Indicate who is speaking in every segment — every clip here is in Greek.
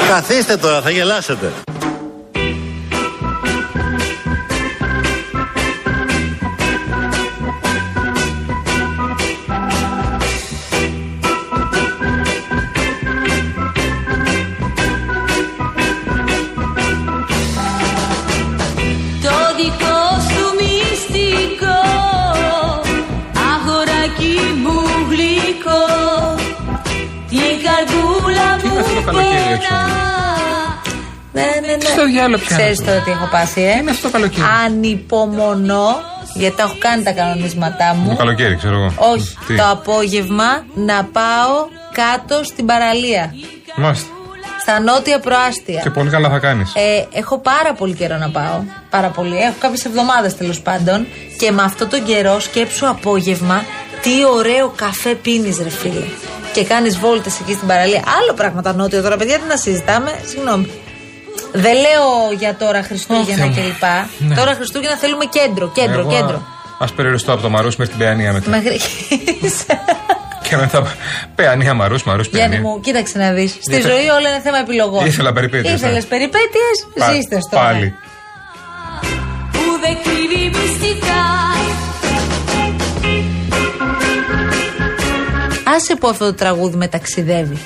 Speaker 1: Προσπαθήστε τώρα, θα γελάσετε.
Speaker 2: Το δικό σου μυστικό Αγοράκι μου γλυκό Την καρδούλα
Speaker 3: Τι είναι
Speaker 2: μου
Speaker 3: αυτό το καλοκαίρι έξω,
Speaker 2: περνά
Speaker 4: Ναι, ναι, ναι.
Speaker 3: Στο διάλογο πια.
Speaker 4: Ξέρει τώρα τι έχω πάθει, ε.
Speaker 3: Είναι αυτό το καλοκαίρι.
Speaker 4: Ανυπομονώ, γιατί τα έχω κάνει τα κανονίσματά μου.
Speaker 3: Το καλοκαίρι, ξέρω εγώ.
Speaker 4: Όχι,
Speaker 3: Τι.
Speaker 4: το απόγευμα να πάω κάτω στην παραλία.
Speaker 3: Μάλιστα.
Speaker 4: Στα νότια
Speaker 3: Και
Speaker 4: προάστια.
Speaker 3: πολύ καλά θα κάνεις.
Speaker 4: Ε, έχω πάρα πολύ καιρό να πάω. Πάρα πολύ. Έχω κάποιες εβδομάδες τέλος πάντων. Και με αυτό τον καιρό σκέψου απόγευμα τι ωραίο καφέ πίνεις, ρε φίλε. Και κάνεις βόλτες εκεί στην παραλία. Άλλο πράγμα τα νότια τώρα, παιδιά, τι να συζητάμε. Συγγνώμη. Δεν λέω για τώρα Χριστούγεννα
Speaker 3: Όχι,
Speaker 4: κλπ.
Speaker 3: ναι.
Speaker 4: Τώρα Χριστούγεννα θέλουμε κέντρο, κέντρο, κέντρο.
Speaker 3: Ας περιοριστώ από το Μαρούς μέχρι την Παιανία μετά.
Speaker 4: Μέχρι
Speaker 3: Και μετά Παιανία Μαρούς, Μαρούς
Speaker 4: Γιάννη
Speaker 3: Παιανία.
Speaker 4: μου, κοίταξε να δεις. Στη
Speaker 3: Ναι, Ήθελα-
Speaker 4: ζωή όλα είναι θέμα επιλογών.
Speaker 3: Ήθελα περιπέτειες,
Speaker 4: Ήθελε
Speaker 3: ναι.
Speaker 4: περιπέτειες,
Speaker 3: Πα-
Speaker 4: ζήστε τώρα.
Speaker 3: Πάλι.
Speaker 2: Που δεν κρύβει μυστικά
Speaker 4: Άσε που αυτό το τραγούδι με ταξιδεύει.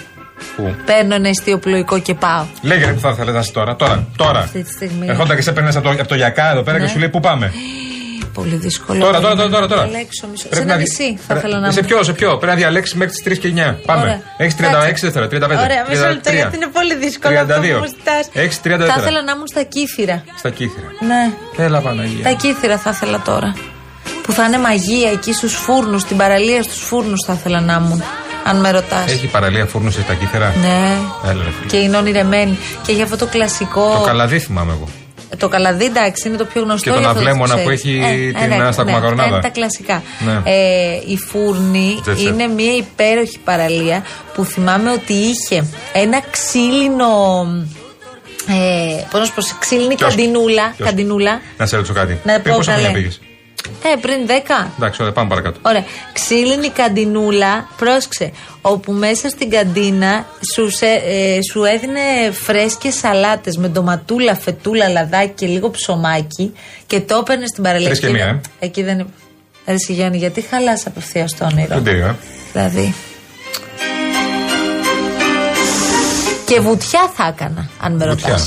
Speaker 3: Πού.
Speaker 4: Παίρνω ένα αισθιοπλοϊκό και πάω.
Speaker 3: Λέγε ρε, που θα ήθελες να είσαι τώρα. Τώρα. τώρα.
Speaker 4: Αυτή τη στιγμή.
Speaker 3: Ερχόταν και σε παίρνεις από, το- από το γιακά εδώ πέρα
Speaker 4: Ναι.
Speaker 3: και σου λέει πού πάμε.
Speaker 4: Ε, Πολύ δύσκολο.
Speaker 3: Τώρα,
Speaker 4: Πρέπει
Speaker 3: τώρα, τώρα.
Speaker 4: να
Speaker 3: τώρα, τώρα.
Speaker 4: διαλέξω μισό-
Speaker 3: Πρέπει
Speaker 4: Σε ένα
Speaker 3: δι-
Speaker 4: νησί θα
Speaker 3: Ρε,
Speaker 4: ήθελα να
Speaker 3: Σε
Speaker 4: είμαι.
Speaker 3: ποιο, σε ποιο. Πρέπει να διαλέξεις μέχρι τις 3 και 9. Πάμε.
Speaker 4: Ωραία.
Speaker 3: Έχει 36
Speaker 4: Εντάξει.
Speaker 3: δεύτερα, 35.
Speaker 4: Ωραία, μισό λεπτό
Speaker 3: 33.
Speaker 4: γιατί είναι πολύ δύσκολο αυτό που
Speaker 3: 32.
Speaker 4: μου ζητάς.
Speaker 3: Έχεις
Speaker 4: Θα
Speaker 3: 30 δεύτερα.
Speaker 4: ήθελα να ήμουν στα κύθυρα.
Speaker 3: Στα κύθρα.
Speaker 4: Ναι.
Speaker 3: Έλα Παναγία.
Speaker 4: Τα κύθυρα θα ήθελα τώρα. Που θα είναι μαγεία εκεί στους φούρνους, στην παραλία στους φούρνους θα ήθελα να ήμουν. Αν με ρωτάς.
Speaker 3: Έχει παραλία φούρνους στα κύθρα.
Speaker 4: Ναι.
Speaker 3: Έλα, ρε, φίλε.
Speaker 4: Και είναι ονειρεμένη. Και έχει αυτό το κλασικό.
Speaker 3: Το καλαδί θυμάμαι εγώ.
Speaker 4: Το καλαδί, εντάξει, είναι το πιο γνωστό.
Speaker 3: Και τον
Speaker 4: γι' αυτό το
Speaker 3: αυλέμονα
Speaker 4: ξέρεις.
Speaker 3: που έχει την
Speaker 4: εντάξει,
Speaker 3: ανάσταγμα
Speaker 4: ναι,
Speaker 3: κορονάδα.
Speaker 4: αυτά είναι τα κλασικά.
Speaker 3: Ναι.
Speaker 4: Ε, η Φούρνη
Speaker 3: Jet set.
Speaker 4: είναι μια υπέροχη παραλία που θυμάμαι ότι είχε ένα ξύλινο. Ε, Πώς να σου πω, σε ξύλινη
Speaker 3: Κιόσκι.
Speaker 4: καντινούλα.
Speaker 3: Κιόσκι.
Speaker 4: καντινούλα.
Speaker 3: Να σε ρωτήσω κάτι.
Speaker 4: Να
Speaker 3: Πριν
Speaker 4: πω
Speaker 3: πόσα
Speaker 4: καλέ.
Speaker 3: χρόνια πήγες.
Speaker 4: Ε, πριν 10.
Speaker 3: Εντάξει, ωραία, πάμε παρακάτω.
Speaker 4: Ωραία. Ξύλινη καντινούλα, πρόσεξε. Όπου μέσα στην καντίνα σου, σε- ε, σου έδινε φρέσκες σαλάτες με ντοματούλα, φετούλα, λαδάκι και λίγο ψωμάκι και το έπαιρνε στην παραλία.
Speaker 3: Τρεις και
Speaker 4: Εκεί
Speaker 3: μία,
Speaker 4: δεν-
Speaker 3: ε.
Speaker 4: Εκεί δεν. Ρε εσύ, Γιάννη, γιατί χαλάς απευθείας το όνειρο.
Speaker 3: Δεν τέλειο, ε.
Speaker 4: Δηλαδή. Και βουτιά θα έκανα, αν με
Speaker 3: Βουτιά.
Speaker 4: ρωτάς.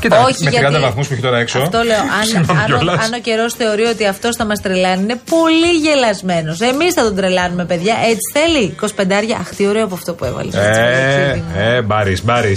Speaker 3: Κοίτα,
Speaker 4: Όχι,
Speaker 3: με 30
Speaker 4: γιατί-
Speaker 3: βαθμούς που έχει τώρα έξω.
Speaker 4: Αυτό λέω. Αν,
Speaker 3: Συγγνώμη
Speaker 4: αν, ο-
Speaker 3: κιόλας.
Speaker 4: αν ο καιρός θεωρεί ότι αυτό θα μας τρελάνει, είναι πολύ γελασμένος. Εμείς θα τον τρελάνουμε, παιδιά. Έτσι θέλει. 25 Αχ, τι ωραίο από αυτό που έβαλες.
Speaker 3: Ε, ε, μπάρις, μπάρις.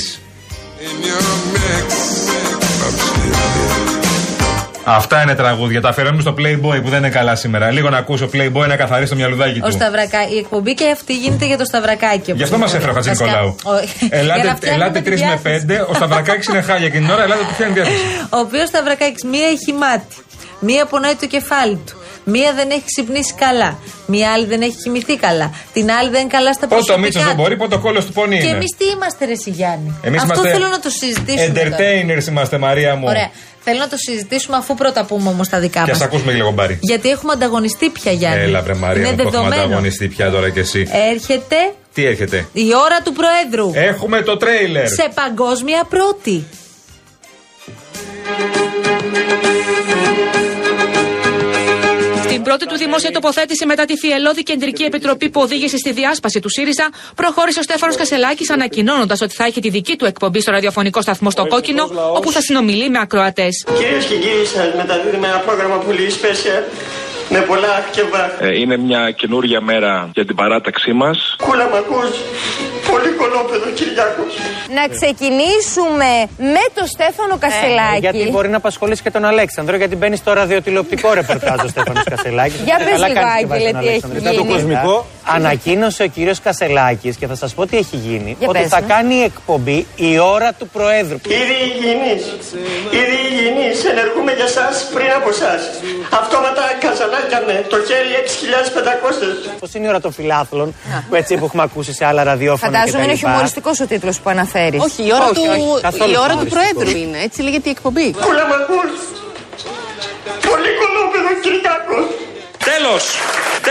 Speaker 3: Αυτά είναι τραγούδια. Τα αφιερώνουμε στο Playboy που δεν είναι καλά σήμερα. Λίγο να ακούσω Playboy να καθαρίσει το μυαλουδάκι
Speaker 4: Ο
Speaker 3: του.
Speaker 4: Σταυρακα... Η εκπομπή και αυτή γίνεται για το Σταυρακάκι.
Speaker 3: λοιπόν. Γι'
Speaker 4: όπως
Speaker 3: αυτό μας
Speaker 4: λέμε.
Speaker 3: έφερε ο Χατζη
Speaker 4: Βασικά,
Speaker 3: Νικολάου.
Speaker 4: ο- για να
Speaker 3: Ελάτε,
Speaker 4: φτιάχνουμε
Speaker 3: ελάτε
Speaker 4: τη
Speaker 3: 3 με
Speaker 4: διάθεση.
Speaker 3: 5. Ο Σταυρακάκης είναι χάλια εκείνη την ώρα. Ελάτε που πιάνει διάθεση.
Speaker 4: Ο οποίος Σταυρακάκης μία έχει μάτι, μία πονάει το κεφάλι του, μία δεν έχει ξυπνήσει καλά, μία άλλη δεν έχει κοιμηθεί καλά, την άλλη δεν είναι καλά στα
Speaker 3: Πότε
Speaker 4: προσωπικά.
Speaker 3: ο Μίτσος δεν
Speaker 4: του.
Speaker 3: μπορεί, πότε ο κόλλο του πόνι
Speaker 4: Και
Speaker 3: είναι.
Speaker 4: εμείς τι είμαστε, Ρε Σιγιάννη.
Speaker 3: Εμείς
Speaker 4: Αυτό
Speaker 3: είμαστε
Speaker 4: θέλω να το συζητήσουμε. τώρα.
Speaker 3: Entertainers είμαστε, Μαρία μου.
Speaker 4: Ωραία. Θέλω να το συζητήσουμε αφού πρώτα πούμε όμως τα δικά
Speaker 3: Και ας
Speaker 4: μας.
Speaker 3: ακούσουμε και λίγο μπάρι.
Speaker 4: Γιατί έχουμε ανταγωνιστεί πια, Γιάννη.
Speaker 3: Έλα, βρε Μαρία,
Speaker 4: Είναι
Speaker 3: μου το έχουμε
Speaker 4: δεδομένο.
Speaker 3: ανταγωνιστεί πια τώρα κι εσύ.
Speaker 4: Έρχεται
Speaker 3: Τι έρχεται.
Speaker 4: η ώρα του Προέδρου.
Speaker 3: Έχουμε το τρέιλερ.
Speaker 4: Σε παγκόσμια πρώτη.
Speaker 5: Στην πρώτη του δημόσια τοποθέτηση μετά τη φιελώδη κεντρική επιτροπή που οδήγησε στη διάσπαση του ΣΥΡΙΖΑ, προχώρησε ο Στέφανος Κασελάκης ανακοινώνοντας ότι θα έχει τη δική του εκπομπή στο ραδιοφωνικό σταθμό στο Κόκκινο, όπου θα συνομιλεί με ακροατές.
Speaker 6: Κυρίες και κύριοι, σα μεταδίδουμε ένα πρόγραμμα πολύ special με πολλά αχ και βαχ.
Speaker 7: Ε, Είναι μια καινούργια μέρα για την παράταξή μας.
Speaker 6: Κούλα μ' ακούς, πολύ κολόπεδο Κυριάκος.
Speaker 8: Να ξεκινήσουμε με το
Speaker 9: Ε,
Speaker 8: Στέφανο Κασελάκη.
Speaker 10: Ε, Γιατί μπορεί να απασχολήσει και τον Αλέξανδρο, γιατί μπαίνει στο ραδιοτηλεοπτικό ρεπορτάζ ο Στέφανος Κασελάκης.
Speaker 8: Για πες λίγο, Άγγελε, τι έχει
Speaker 10: Μετά το
Speaker 8: γίνει.
Speaker 10: κοσμικό, ανακοίνωσε ο κύριος Κασελάκης και θα σας πω τι έχει γίνει.
Speaker 8: Για
Speaker 10: ότι
Speaker 8: πες
Speaker 10: θα
Speaker 8: μου.
Speaker 10: κάνει εκπομπή η ώρα του Προέδρου.
Speaker 6: Ήδη υγιεινής, ήδη υγιεινής, ενεργούμε για σας πριν από σας. Αυτόματα καζαλάκιανε το χέρι 6.500.
Speaker 10: Πώς είναι η ώρα των φιλάθλων, που έτσι που έχουμε ακούσει σε άλλα ραδιόφωνα.
Speaker 8: Φαντάζομαι
Speaker 10: κτλ.
Speaker 8: είναι χιουμοριστικός ο τίτλος που αναφέρεις.
Speaker 9: Όχι, η ώρα,
Speaker 10: Όχι,
Speaker 9: του,
Speaker 10: όχι, καθόλου
Speaker 9: η ώρα του
Speaker 10: χιουμοριστικός.
Speaker 9: Προέδρου είναι. Έτσι λέγεται η εκπομπή.
Speaker 6: Κούλα μ' ακούς, πολύ κολόπεδο Κυριάκος.
Speaker 1: Τέλος!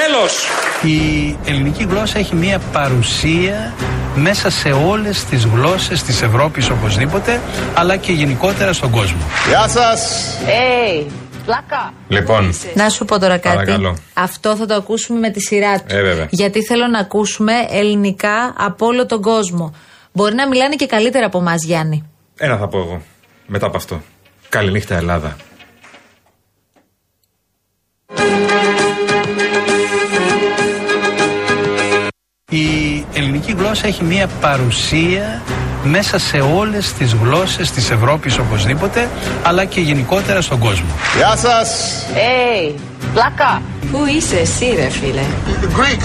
Speaker 1: Τέλος!
Speaker 9: Η ελληνική γλώσσα έχει μία παρουσία μέσα σε όλες τις γλώσσες της Ευρώπης οπωσδήποτε, αλλά και γενικότερα στον κόσμο.
Speaker 11: Γεια σας!
Speaker 4: Hey, πλάκα.
Speaker 3: Λοιπόν,
Speaker 4: Να σου πω τώρα κάτι.
Speaker 3: Παρακαλώ.
Speaker 4: Αυτό θα το ακούσουμε με τη σειρά του.
Speaker 3: Ε, βέβαια.
Speaker 4: Γιατί θέλω να ακούσουμε ελληνικά από όλο τον κόσμο. Μπορεί να μιλάνε και καλύτερα από εμάς, Γιάννη.
Speaker 3: ένα θα πω εγώ. Μετά από αυτό. Καληνύχτα, Ελλάδα.
Speaker 9: Η ελληνική γλώσσα έχει μία παρουσία μέσα σε όλες τις γλώσσες της Ευρώπης οπωσδήποτε, αλλά και γενικότερα στον κόσμο.
Speaker 11: Γεια σας!
Speaker 12: Hey, πλάκα. Πού είσαι εσύ ρε φίλε.
Speaker 11: Greek!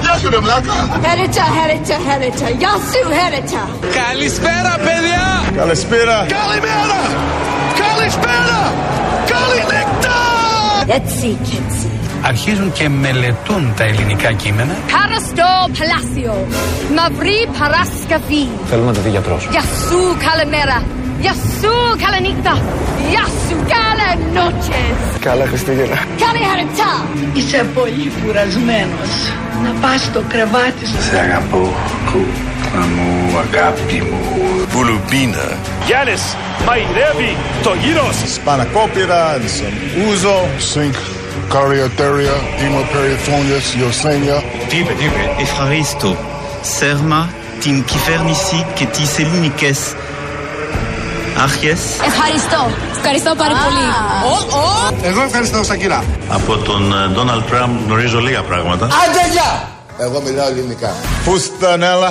Speaker 11: Γεια σου ρε μλάκα!
Speaker 12: Χαίρετσα, χαίρετσα, χαίρετσα. Γεια σου χαίρετσα.
Speaker 11: Καλησπέρα παιδιά! Καλησπέρα! Καλημέρα! Καλησπέρα! Καληνύχτα!
Speaker 12: Έτσι και έτσι.
Speaker 9: Αρχίζουν και μελετούν τα ελληνικά κείμενα.
Speaker 12: Κάρα στο Παλάσιο. Μαυρή Παρασκευή.
Speaker 9: Θέλω να το δει γιατρός.
Speaker 12: Γεια σου καλημέρα. Γεια σου καληνύχτα. Γεια σου καλέ νότσες.
Speaker 9: Καλά Χριστούγεννα.
Speaker 12: Καλή χαιρετά. Είσαι πολύ κουρασμένος. Να πας στο κρεβάτι σου.
Speaker 9: Σε αγαπώ, κούκλα μου, αγάπη μου.
Speaker 11: Βουλουμπίνα!
Speaker 1: Γιάννης μαϊρεύει το γύρο.
Speaker 11: Σπανακόπιρα, ούζο, σινκ, καριατέρια, είμαι περιφώνιας, Ιωσένια.
Speaker 13: Τι είπε, τι είπε. Ευχαρίστω. Σέρμα την κυβέρνηση και τις ελληνικές άρχες
Speaker 12: Ευχαριστώ. Ευχαριστώ πάρα πολύ.
Speaker 11: Εγώ ευχαριστώ στα κυρά.
Speaker 14: Από τον Ντόναλτ Τραμπ γνωρίζω λίγα πράγματα.
Speaker 11: Άντε γεια! Εγώ μιλάω ελληνικά. Φουστανέλα.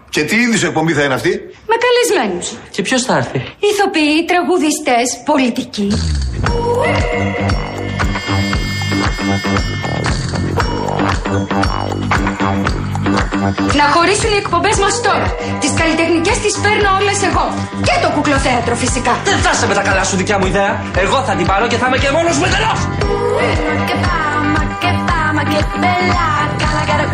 Speaker 11: Και τι είδους εκπομπή θα είναι αυτή?
Speaker 12: Με καλεσμένους.
Speaker 11: Και ποιος θα έρθει?
Speaker 12: Ηθοποιοί, τραγουδιστές, πολιτικοί. Να χωρίσουν οι εκπομπές μας τώρα. Τις καλλιτεχνικές τις παίρνω όλες εγώ. Και το κουκλοθέατρο φυσικά.
Speaker 1: Δεν θα είσαι με τα καλά σου δικιά μου ιδέα. Εγώ θα την πάρω και θα είμαι και μόνος μου εντελώς.
Speaker 12: Και πάμε, και πάμε, και μπελά. Καλά, καλά,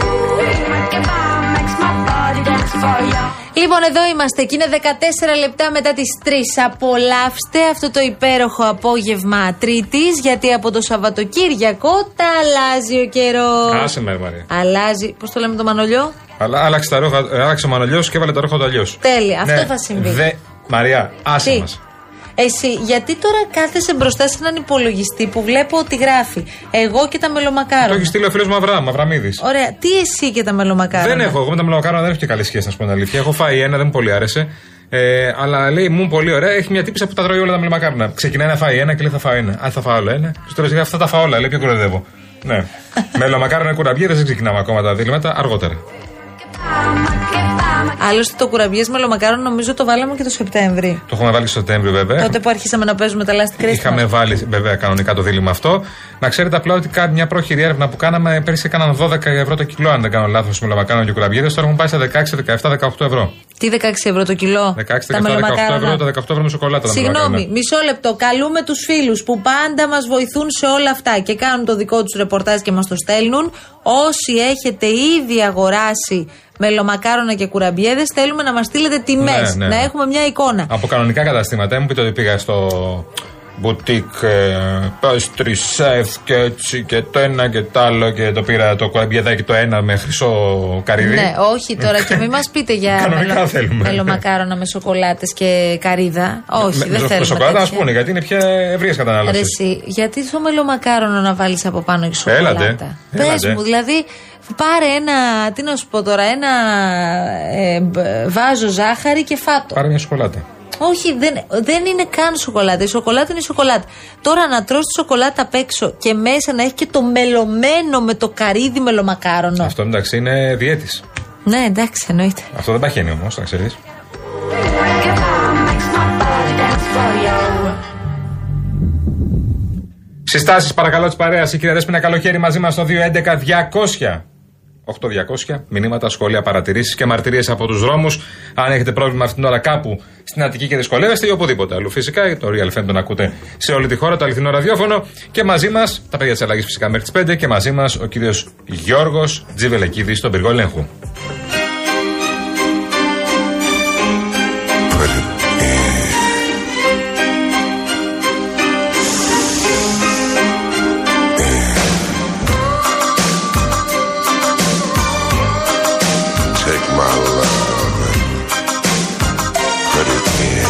Speaker 12: και πάμε, makes my body dance for you.
Speaker 4: Λοιπόν, εδώ είμαστε και είναι 14 λεπτά μετά τις 3. Απολαύστε αυτό το υπέροχο απόγευμα Τρίτης, γιατί από το Σαββατοκύριακο τα αλλάζει ο καιρός.
Speaker 3: Άσε με, ρε Μαρία.
Speaker 4: Αλλάζει. Πώς το λέμε το μανολιό?
Speaker 3: Αλλά άλλαξε, τα ρούχα, ε, άλλαξε ο Μανολιός και έβαλε τα ρούχα του αλλιώς.
Speaker 4: Τέλεια, αυτό θα συμβεί.
Speaker 3: Μαρία, άσε
Speaker 4: Τι?
Speaker 3: μας.
Speaker 4: Εσύ, γιατί τώρα κάθεσαι μπροστά σε έναν υπολογιστή που βλέπω ότι γράφει Εγώ και τα
Speaker 3: Το
Speaker 4: μελομακάρονα.
Speaker 3: έχεις στείλει ο φίλος Μαυρά, Μαυραμίδη.
Speaker 4: Ωραία, τι εσύ και τα μελομακάρονα.
Speaker 3: Δεν έχω. Εγώ με τα μελομακάρονα δεν έχω και καλή σχέση, να σου πω την αλήθεια. Έχω φάει ένα, δεν μου πολύ άρεσε. Ε, αλλά λέει μου πολύ ωραία, έχει μια τύπησα που τα τρώει όλα τα μελομακάρονα. Ξεκινάει να φάει ένα και λέει θα φάω ένα. Α, θα φάω άλλο ένα. Και στο τέλο λέει αυτά τα φάω όλα, λέει πιο κοροϊδεύω. Ναι. μελομακάρονα κουραμπιέρες δεν ξεκινάμε ακόμα τα δίλημματα, αργότερα.
Speaker 4: Άλλωστε το κουραμπιέ μελομακάρονα νομίζω το βάλαμε και το Σεπτέμβρη.
Speaker 3: Το έχουμε βάλει στο Σεπτέμβριο βέβαια.
Speaker 4: Τότε που αρχίσαμε να παίζουμε τα last Christmas.
Speaker 3: Είχαμε βάλει βέβαια κανονικά το δίλημα αυτό. Να ξέρετε απλά ότι κα- μια πρόχειρη έρευνα που κάναμε πέρυσι έκαναν 12 ευρώ το κιλό, αν δεν κάνω λάθος, με λαμακάνο και κουραμπιέδες. Τώρα έχουν πάει στα 16, 17, 18 ευρώ.
Speaker 4: Τι 16 ευρώ το κιλό.
Speaker 3: 16, 17, 18 ευρώ, τα 18 ευρώ με σοκολάτα. τα
Speaker 4: Συγγνώμη,
Speaker 3: μελομακάρονα.
Speaker 4: μισό λεπτό. Καλούμε τους φίλους που πάντα μας βοηθούν σε όλα αυτά και κάνουν το δικό τους ρεπορτάζ και μας το στέλνουν. Όσοι έχετε ήδη αγοράσει μελομακάρονα και κουραμπιέδες, θέλουμε να μας στείλετε τιμές.
Speaker 3: Ναι, ναι.
Speaker 4: Να έχουμε μια εικόνα.
Speaker 3: Από κανονικά καταστήματα. ε, Μου πείτε ότι πήγα στο μπουτίκ ε, pastry chef και έτσι και το ένα και το άλλο και το πήρα το κουραμπιεδάκι το ένα με χρυσό καρυδί.
Speaker 4: Ναι, όχι τώρα και μην μας πείτε για
Speaker 3: Κανονικά θέλουμε.
Speaker 4: μελομακάρονα με σοκολάτες και καρύδα. Όχι,
Speaker 3: Με-
Speaker 4: δεν
Speaker 3: με-
Speaker 4: θέλουμε.
Speaker 3: Με σοκολάτα ας
Speaker 4: τέτοια.
Speaker 3: πούμε, γιατί είναι πια ευρείας
Speaker 4: Ρε
Speaker 3: κατανάλωση.
Speaker 4: εσύ, γιατί στο μελομακάρονο να βάλεις από πάνω και σοκολάτα.
Speaker 3: Έλατε,
Speaker 4: Πες
Speaker 3: έλατε.
Speaker 4: μου, δηλαδή πάρε ένα, τι να σου πω τώρα, ένα ε, μπ, βάζο ζάχαρη και φάτο.
Speaker 3: Πάρε μια σοκολάτα.
Speaker 4: Όχι, δεν, δεν είναι καν σοκολάτα. Η σοκολάτα είναι η σοκολάτα. Τώρα να τρως τη σοκολάτα απ' έξω και μέσα να έχει και το μελωμένο με το καρύδι μελομακάρονο.
Speaker 3: Αυτό εντάξει είναι διέτης.
Speaker 4: Ναι, εντάξει, εννοείται.
Speaker 3: Αυτό δεν παχαίνει όμως, να ξέρεις. Συστάσεις παρακαλώ της παρέας. Η κυρία Δέσπινα καλοκαίρι μαζί μας στο 211 200. 8200. Μηνύματα, σχόλια, παρατηρήσεις και μαρτυρίες από τους δρόμους. Αν έχετε πρόβλημα αυτήν την ώρα κάπου στην Αττική και δυσκολεύεστε ή οπουδήποτε αλλού. Φυσικά το Real FM τον ακούτε σε όλη τη χώρα, το αληθινό ραδιόφωνο. Και μαζί μας, τα παιδιά της αλλαγής φυσικά μέχρι τις 5 και μαζί μας ο κύριος Γιώργος Τζιβελεκίδης στον πυργό ελέγχου.
Speaker 15: Take my love and put it in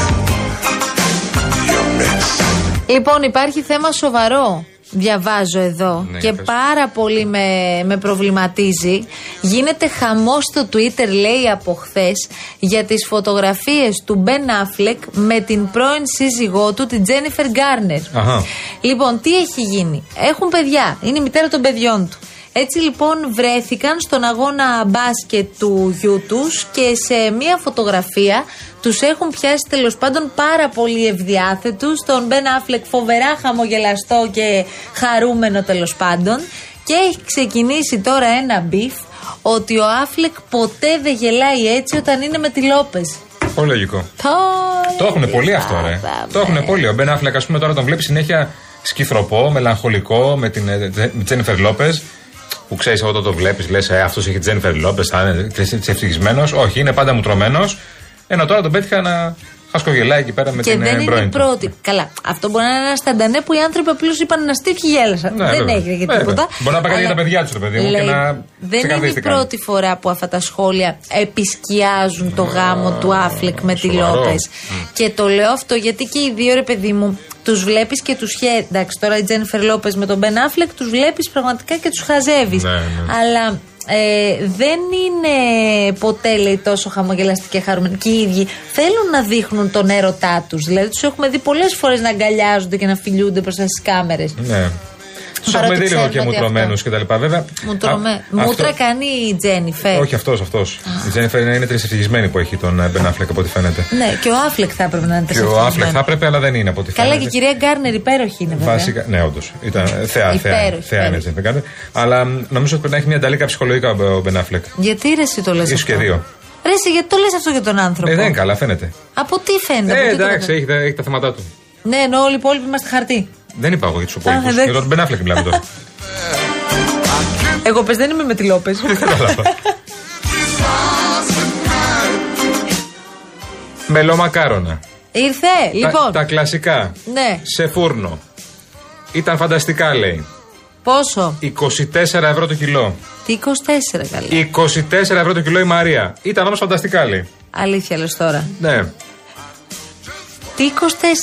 Speaker 15: your mix.
Speaker 4: Λοιπόν, υπάρχει θέμα σοβαρό. Διαβάζω εδώ
Speaker 15: Ναι,
Speaker 4: και
Speaker 15: πες.
Speaker 4: πάρα πολύ με, με προβληματίζει. Γίνεται χαμός στο Twitter, λέει από χθες, για τις φωτογραφίες του Μπεν Αφλεκ με την πρώην σύζυγό του, την Τζένιφερ Γκάρνερ.
Speaker 12: Αχα.
Speaker 4: Λοιπόν, τι έχει γίνει. Έχουν παιδιά. Είναι η μητέρα των παιδιών του. Έτσι λοιπόν βρέθηκαν στον αγώνα μπάσκετ του γιού τους και σε μία φωτογραφία τους έχουν πιάσει τέλος πάντων πάρα πολύ ευδιάθετους τον Μπεν Αφλεκ φοβερά χαμογελαστό και χαρούμενο τέλος πάντων και έχει ξεκινήσει τώρα ένα μπιφ ότι ο Αφλεκ ποτέ δεν γελάει έτσι όταν είναι με τη Λόπες.
Speaker 3: Πολύ λογικό.
Speaker 4: Τώρα
Speaker 3: Το έχουν πολύ αυτό, ρε. Το έχουν πολύ. Ο Μπεν Αφλεκ, ας πούμε, τώρα τον βλέπεις συνέχεια σκυφροπό, μελαγχολικό με την ε, Τζε- Τζένιφερ Λόπες. Που ξέρεις, όταν το βλέπεις, λες, ε, αυτός έχει Τζένιφερ Λόπες, θα είναι ευτυχισμένο. Όχι, είναι πάντα μουτρωμένος. Ενώ τώρα τον πέτυχα να χασκογελάει εκεί πέρα με
Speaker 4: και
Speaker 3: την
Speaker 4: δεν
Speaker 3: ε,
Speaker 4: είναι η
Speaker 3: πρώην. του.
Speaker 4: πρώτη. Καλά, αυτό μπορεί να είναι ένα σταντανέ που οι άνθρωποι απλώς είπαν να στείλει και γέλασαν.
Speaker 3: Ναι,
Speaker 4: δεν
Speaker 3: βέβαια.
Speaker 4: έγινε και
Speaker 3: Βέβαια.
Speaker 4: τίποτα.
Speaker 3: Μπορεί να πάει κάτι
Speaker 4: Αλλά
Speaker 3: για τα παιδιά τους, το παιδί μου, και
Speaker 4: λέει,
Speaker 3: να
Speaker 4: Δεν είναι η
Speaker 3: ξεκαθίστηκαν.
Speaker 4: πρώτη φορά που αυτά τα σχόλια επισκιάζουν το γάμο του
Speaker 3: Ε,
Speaker 4: Άφλεκ με τη
Speaker 12: σοβαρό.
Speaker 4: Λόπε. Και το λέω αυτό γιατί και οι δύο ρε παιδί μου τους βλέπεις και τους χαίρει. Εντάξει, τώρα η Τζένιφερ Λόπες με τον Μπεν Άφλεκ τους βλέπεις πραγματικά και τους χαζεύεις.
Speaker 12: Ναι, ναι.
Speaker 4: Αλλά ε, δεν είναι ποτέ λέει, τόσο χαμογελαστικοί και χαρούμενοι. Και οι ίδιοι θέλουν να δείχνουν τον έρωτά τους. Δηλαδή τους έχουμε δει πολλές φορές να αγκαλιάζονται και να φιλιούνται μπροστά στι κάμερες.
Speaker 3: Ναι. Του
Speaker 4: Παρότι
Speaker 3: έχουμε δει λίγο
Speaker 4: ξέρουμε
Speaker 3: και
Speaker 4: ότι
Speaker 3: μουτρωμένους κτλ. Βέβαια.
Speaker 4: Μουτρωμέ...
Speaker 3: α-
Speaker 4: Μούτρα
Speaker 3: αυτό-
Speaker 4: κάνει η Τζένιφερ.
Speaker 3: Όχι αυτός, αυτός. Η Τζένιφερ είναι, είναι τρισευτυχισμένη που έχει τον ε, Μπεν Αφλεκ από ό,τι φαίνεται.
Speaker 4: Ναι, και ο Άφλεκ θα έπρεπε να είναι
Speaker 3: Και ο Αφλεκ θα
Speaker 4: τρισευτισμένος.
Speaker 3: έπρεπε, αλλά δεν είναι από ό,τι φαίνεται.
Speaker 4: Καλά, και η κυρία Γκάρνερ υπέροχη είναι βέβαια.
Speaker 3: Βασικά, ναι, όντως. Ήταν ε, θεά, θεά,
Speaker 4: Υπέροχη,
Speaker 3: θεά είναι η Τζένιφερ Γκάρντερ. Αλλά μ, νομίζω ότι πρέπει να έχει μια ταλίκα ψυχολογικά ο ο Μπεν Αφλεκ.
Speaker 4: Γιατί ρε εσύ το λες.
Speaker 3: Ίσως και δύο.
Speaker 4: Ρε εσύ, γιατί το λες αυτό για τον άνθρωπο.
Speaker 3: Ε, δεν είναι καλά, φαίνεται.
Speaker 4: Από τι φαίνεται.
Speaker 3: Ε,
Speaker 4: από τι το
Speaker 3: εντάξει,
Speaker 4: λέτε.
Speaker 3: έχει, τα- έχει τα θέματα του.
Speaker 4: Ναι, ενώ όλοι οι υπόλοιποι είμαστε χαρτί.
Speaker 3: Δεν είπα εγώ για τους
Speaker 4: Α,
Speaker 3: υπόλοιπου.
Speaker 4: εντάξει.
Speaker 3: Για τον Μπεν Αφλεκ μιλάμε τώρα.
Speaker 4: Εγώ πες δεν είμαι με τη Λόπες.
Speaker 3: Μελό μακάρονα.
Speaker 4: Ήρθε,
Speaker 3: Τα,
Speaker 4: λοιπόν.
Speaker 3: τα κλασικά.
Speaker 4: Ναι,
Speaker 3: Σε φούρνο. Ήταν φανταστικά, λέει.
Speaker 4: πόσο.
Speaker 3: 24 ευρώ το κιλό.
Speaker 4: Τι 24 καλά.
Speaker 3: 24 ευρώ το κιλό η Μαρία. Ήταν όμως φανταστικά, λέει.
Speaker 4: Αλήθεια λες τώρα.
Speaker 3: Ναι,
Speaker 4: Τι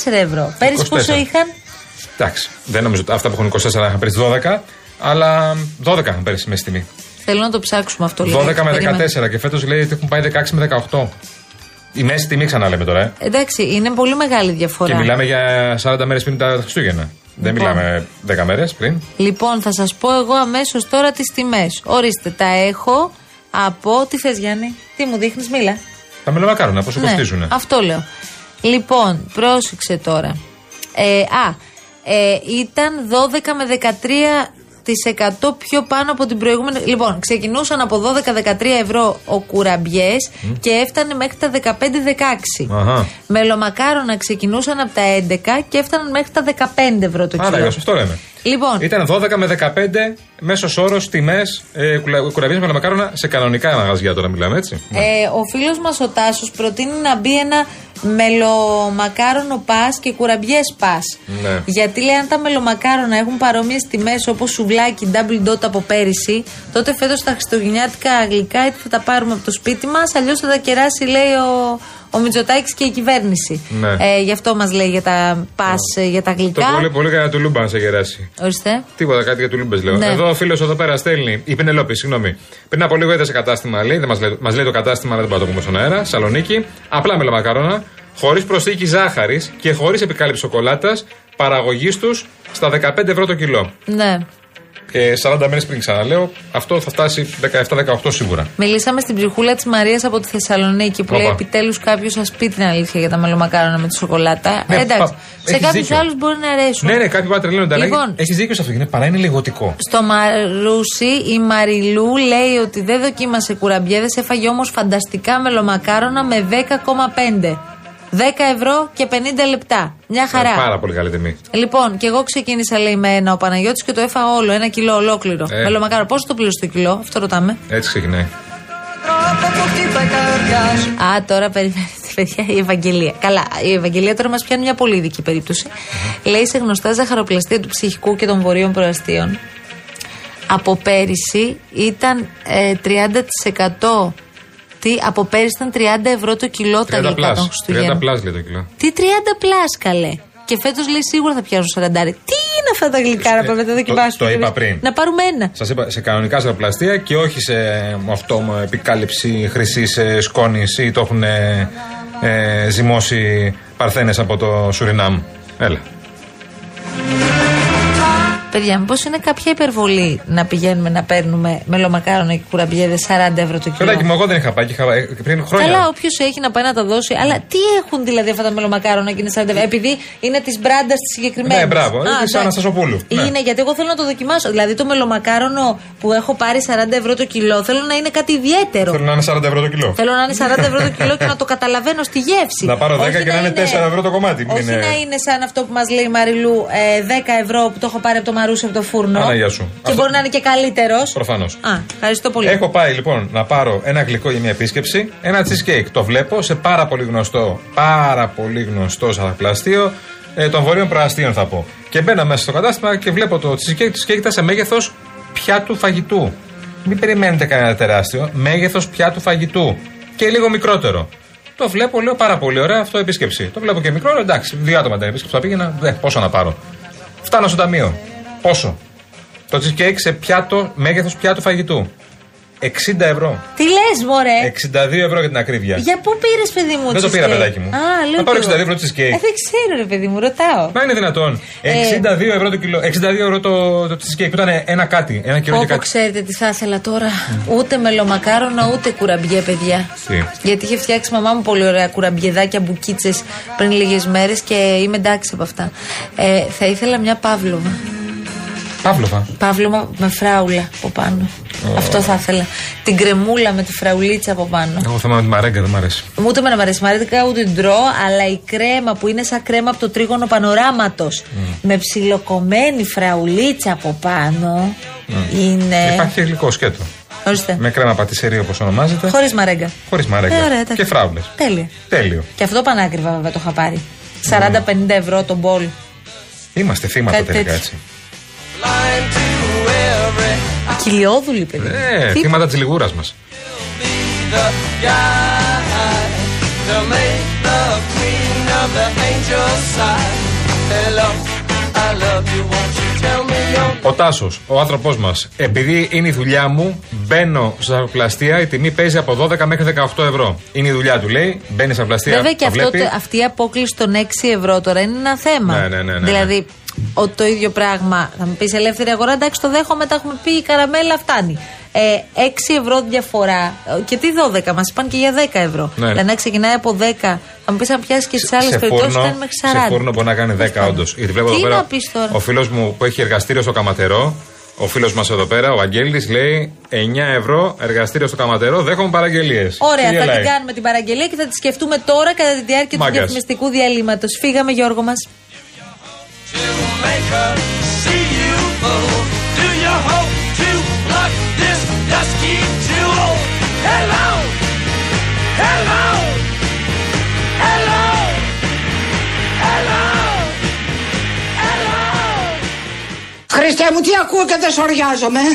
Speaker 4: 24 ευρώ. Πέρυσι
Speaker 3: 24.
Speaker 4: πόσο είχαν.
Speaker 3: εντάξει. Δεν νομίζω ότι αυτά που έχουν 24 είχαν πέρυσι 12, αλλά 12 είχαν πέρυσι με στιγμή.
Speaker 4: Θέλω να το ψάξουμε αυτό
Speaker 3: 12
Speaker 4: λίγο. Περίμενε.
Speaker 3: με 14 και φέτος λέει ότι έχουν πάει 16 με 18. Η μέση τιμή ξαναλέμε τώρα. Ε.
Speaker 4: Εντάξει, είναι πολύ μεγάλη διαφορά.
Speaker 3: Και μιλάμε για 40 μέρες πριν τα Χριστούγεννα. Δεν μιλάμε 10 μέρες πριν.
Speaker 4: Λοιπόν, θα σας πω εγώ αμέσως τώρα τις τιμές. Ορίστε, τα έχω από. Τι θες, Γιάννη, τι μου δείχνεις, μίλα.
Speaker 3: Τα μελομακάρονα, πόσο
Speaker 4: Ναι,
Speaker 3: κοστίζουν.
Speaker 4: Αυτό λέω. Λοιπόν, πρόσεξε τώρα. Ε, α, ε, ήταν 12 με 13% πιο πάνω από την προηγούμενη. Λοιπόν, ξεκινούσαν από 12-13 ευρώ ο κουραμπιές και έφτανε μέχρι τα 15-16.
Speaker 3: Αχα.
Speaker 4: Μελομακάρονα ξεκινούσαν από τα 11 και έφταναν μέχρι τα 15 ευρώ το
Speaker 3: Άρα, γι'
Speaker 4: κιλό.
Speaker 3: αυτό λέμε.
Speaker 4: Λοιπόν,
Speaker 3: Ήταν 12 με 15 μέσος όρος τιμές ε, κουραβιέ μελομακάρονα σε κανονικά μαγαζιά τώρα μιλάμε έτσι.
Speaker 4: Ε, ο φίλος μας ο Τάσος προτείνει να μπει ένα μελομακάρονο πας και κουραμπιές πας.
Speaker 12: Ναι.
Speaker 4: Γιατί λέει, αν τα μελομακάρονα έχουν παρόμοιες τιμές όπως σουβλάκι double dot από πέρυσι, τότε φέτος τα χριστουγεννιάτικα γλυκά είτε θα τα πάρουμε από το σπίτι μας, αλλιώς θα τα κεράσει, λέει ο, ο Μητσοτάκης και η κυβέρνηση.
Speaker 3: Ναι.
Speaker 4: Ε, γι' αυτό μας λέει για τα πας, για τα
Speaker 3: Το
Speaker 4: γλυκά.
Speaker 3: πολύ πολύ για του Λούμπα να σε γεράσει.
Speaker 4: Ορίστε.
Speaker 3: Τίποτα, κάτι για του Λούμπε λέω.
Speaker 4: Ναι.
Speaker 3: Εδώ ο φίλος εδώ πέρα στέλνει, η Πενελόπη, συγγνώμη. Πριν από λίγο είδα σε κατάστημα, λέει, δεν μας λέει, μας λέει το κατάστημα, αλλά δεν πάω να το πούμε στον αέρα. Σαλονίκη, απλά μελομακάρονα, χωρίς προσθήκη ζάχαρης και χωρίς επικάλυψη σοκολάτας, παραγωγής τους στα 15 ευρώ το κιλό.
Speaker 4: Ναι.
Speaker 3: Ε, 40 μέρε πριν ξαναλέω, αυτό θα φτάσει 17-18 σίγουρα.
Speaker 4: Μιλήσαμε στην ψυχούλα της Μαρίας από τη Θεσσαλονίκη που
Speaker 3: Όπα.
Speaker 4: λέει επιτέλους κάποιος σα πει την αλήθεια για τα μελομακάρονα με τη σοκολάτα.
Speaker 3: Ναι,
Speaker 4: Εντάξει.
Speaker 3: πα-
Speaker 4: σε
Speaker 3: έχεις
Speaker 4: κάποιους
Speaker 3: δίκιο.
Speaker 4: άλλους μπορεί να αρέσουν.
Speaker 3: Ναι, ναι, κάποιοι πάντα λένε ότι
Speaker 4: Λοιπόν.
Speaker 3: Έχεις δίκιο σε αυτό, είναι παρά είναι λιγοτικό.
Speaker 4: Στο Μαρούσι η Μαριλού λέει ότι δεν δοκίμασε κουραμπιέδες, έφαγε όμως φανταστικά μελομακάρονα με 10,5. 10 ευρώ και 50 λεπτά. Μια χαρά.
Speaker 3: Ε, πάρα πολύ καλή τιμή.
Speaker 4: Λοιπόν, και εγώ ξεκίνησα λέει με ένα ο Παναγιώτης και το έφαγα όλο, ένα κιλό ολόκληρο.
Speaker 3: Ε.
Speaker 4: Μελομακάρο, πόσο το πλήρωσε το κιλό, αυτό ρωτάμε.
Speaker 3: Έτσι ξεκινάει.
Speaker 4: Α, τώρα περιμένετε, παιδιά, η Ευαγγελία. Καλά, η Ευαγγελία τώρα μας πιάνει μια πολύ ειδική περίπτωση. Λέει σε γνωστά ζαχαροπλαστεία του ψυχικού και των βορείων προαστίων. Από πέρυσι ήταν ε, 30%. Τι, από πέρυσι ήταν 30 ευρώ το κιλό τα
Speaker 3: 30
Speaker 4: γλυκά
Speaker 3: πλάσ.
Speaker 4: των
Speaker 3: 30
Speaker 4: Χριστουγέννων.
Speaker 3: πλάσ λέει το κιλό.
Speaker 4: Τι 30 πλάσ, καλέ. Και φέτος λέει σίγουρα θα πιάσουν 40. Τι είναι αυτά τα γλυκά, να πρέπει να τα δοκιμάσουμε.
Speaker 3: ε, το είπα πριν.
Speaker 4: Να πάρουμε ένα.
Speaker 3: Σας είπα σε κανονικά ζαχαροπλαστεία και όχι σε αυτό με επικάλυψη χρυσή σκόνη ή το έχουν ε, ε, ζυμώσει παρθένες από το Σουρινάμ. Έλα.
Speaker 4: Παιδιά, μήπω είναι κάποια υπερβολή να πηγαίνουμε να παίρνουμε μελομακάρονα και κουραμπιέδες 40 ευρώ το κιλό.
Speaker 3: Παιδάκι μου, εγώ δεν είχα πάει και είχα ε, πριν χρόνια.
Speaker 4: Καλά, όποιος έχει να πάει να τα δώσει. Αλλά τι έχουν δηλαδή αυτά τα μελομακάρονα και είναι 40 ευρώ. Επειδή είναι της μπράντας της συγκεκριμένης.
Speaker 3: Ναι, μπράβο, είναι της Αναστασοπούλου. Ναι.
Speaker 4: Είναι γιατί εγώ θέλω να το δοκιμάσω. Δηλαδή το μελομακάρονο που έχω πάρει 40 ευρώ το κιλό θέλω να είναι κάτι ιδιαίτερο.
Speaker 3: Θέλω να είναι 40 ευρώ το κιλό.
Speaker 4: Θέλω να είναι 40 ευρώ το κιλό και να το καταλαβαίνω στη γεύση.
Speaker 3: Να πάρω 10
Speaker 4: Όχι
Speaker 3: και να είναι 4 ευρώ το κομμάτι.
Speaker 4: Όχι να είναι σαν αυτό που μας λέει η Μαριλού ε, 10 ευρώ που το έχω πάρει από το μαρούσι από το φούρνο.
Speaker 3: Αναγιά ναι, σου.
Speaker 4: Και μπορεί να είναι και καλύτερος.
Speaker 3: Προφανώς.
Speaker 4: Α, ευχαριστώ πολύ.
Speaker 3: Έχω πάει λοιπόν να πάρω ένα γλυκό για μια επίσκεψη, ένα cheesecake. Το βλέπω σε πάρα πολύ γνωστό, πάρα πολύ γνωστό ζαχαροπλαστείο ε, των βορείων προαστίων θα πω. Και μπαίνω μέσα στο κατάστημα και βλέπω το cheesecake. Το cheesecake ήταν σε μέγεθος πιάτου φαγητού. Μην περιμένετε κανένα τεράστιο. Μέγεθος πιάτου φαγητού. Και λίγο μικρότερο. Το βλέπω, λέω πάρα πολύ ωραία αυτό επίσκεψη. Το βλέπω και μικρό, λέω, εντάξει, δύο άτομα ήταν η επίσκεψη. Θα πήγαινα, δε, πόσο να πάρω. Φτάνω στο ταμείο. Πόσο. Το cheesecake σε πιάτο, μέγεθος πιάτου φαγητού. 60 ευρώ.
Speaker 4: Τι λες, μωρέ.
Speaker 3: 62 ευρώ για την ακρίβεια.
Speaker 4: Ε. Για πού πήρες, παιδί μου,
Speaker 3: Ε, Δεν το
Speaker 4: cheesecake?
Speaker 3: πήρα, παιδάκι μου.
Speaker 4: Α, λέω
Speaker 3: Να πάρω
Speaker 4: κι εγώ.
Speaker 3: 62 ευρώ cheesecake.
Speaker 4: Ε, δεν ξέρω, ρε παιδί μου, ρωτάω.
Speaker 3: Μα είναι δυνατόν.
Speaker 4: Ε.
Speaker 3: 62 ευρώ το κιλό. 62 ευρώ το, το cheesecake. Ήταν ένα κάτι. Ένα κιλό και
Speaker 4: Όπω
Speaker 3: κάτι.
Speaker 4: ξέρετε τι θα ήθελα τώρα. Ούτε μελομακάρονα, ούτε κουραμπιέ, παιδιά.
Speaker 3: Τι.
Speaker 4: Γιατί είχε φτιάξει η μαμά μου πολύ ωραία κουραμπιεδάκια, μπουκίτσες πριν λίγες μέρες και είμαι εντάξει από αυτά. Ε, θα ήθελα μια παύλωμα.
Speaker 3: Παύλοβα.
Speaker 4: Παύλωμα με φράουλα από πάνω.
Speaker 3: Ω.
Speaker 4: Αυτό θα ήθελα. Την κρεμούλα με τη φραουλίτσα από πάνω.
Speaker 3: Εγώ θυμάμαι τη μαρέγκα, δεν μ' αρέσει.
Speaker 4: Ούτε με να μ' αρέσει, μ' αρέσει ούτε την τρώω, αλλά η κρέμα που είναι σαν κρέμα από το τρίγωνο πανοράματος
Speaker 3: Mm.
Speaker 4: με ψιλοκομμένη φραουλίτσα από πάνω είναι.
Speaker 3: Mm. Υπάρχει και γλυκό σκέτο.
Speaker 4: Ορίστε.
Speaker 3: Με κρέμα πατησερή όπως ονομάζεται.
Speaker 4: Χωρίς μαρέγκα.
Speaker 3: Χωρίς μαρέγκα.
Speaker 4: Ε, ωραία, εντάξει.
Speaker 3: και φράουλες.
Speaker 4: Τέλεια.
Speaker 3: Τέλειο.
Speaker 4: Και αυτό πανάκριβα βέβαια το είχα πάρει. 40-50 ευρώ τον μπολ.
Speaker 3: Είμαστε θύματα
Speaker 4: Κάτι
Speaker 3: τελικά
Speaker 4: τέτοιο.
Speaker 3: έτσι.
Speaker 4: Κυλιόδουλη, παιδί.
Speaker 3: Ε,
Speaker 4: Τι-
Speaker 3: θύματα της λιγούρας μας. Ο Τάσος, ο άνθρωπός μας, επειδή είναι η δουλειά μου, μπαίνω σε ζαχαροπλαστεία, η τιμή παίζει από 12 μέχρι 18 ευρώ. Είναι η δουλειά του, λέει. Μπαίνει σε ζαχαροπλαστεία.
Speaker 4: Βέβαια και
Speaker 3: τα
Speaker 4: αυτό,
Speaker 3: βλέπει.
Speaker 4: το- αυτή η απόκληση των 6 ευρώ τώρα είναι ένα θέμα.
Speaker 3: Ναι, ναι, ναι, ναι, ναι.
Speaker 4: Δηλαδή, ο, το ίδιο πράγμα θα μου πεις ελεύθερη αγορά, εντάξει το δέχομαι, τα έχουμε πει, η καραμέλα φτάνει. Ε, 6 ευρώ διαφορά. ε, Και τι 12, μας είπαν και για 10 ευρώ.
Speaker 3: Ναι.
Speaker 4: Δηλαδή, να ξεκινάει από 10, θα μου πεις αν πιάσεις και τις άλλες
Speaker 3: σε
Speaker 4: περιπτώσεις,
Speaker 3: φούρνο,
Speaker 4: ήταν μέχρι 40.
Speaker 3: σε φούρνο μπορεί να κάνει 10 όντω. Γιατί βλέπω
Speaker 4: Τι
Speaker 3: εδώ πέρα.
Speaker 4: να πεις τώρα?
Speaker 3: Ο φίλος μου που έχει εργαστήριο στο Καματερό, ο φίλος μας εδώ πέρα, ο Αγγέλη, λέει 9 ευρώ εργαστήριο στο Καματερό, δέχομαι παραγγελίες.
Speaker 4: Ωραία, θα την κάνουμε την παραγγελία και θα τη σκεφτούμε τώρα κατά τη διάρκεια του
Speaker 3: Μάγκας.
Speaker 4: διαφημιστικού διαλύματος. Φύγαμε, Γιώργο μας.
Speaker 12: Do you hope to look this dusky jewel? Hello, hello, hello, hello.
Speaker 16: Χριστέ μου, τι ακούω και δεν σοριάζομαι. ε?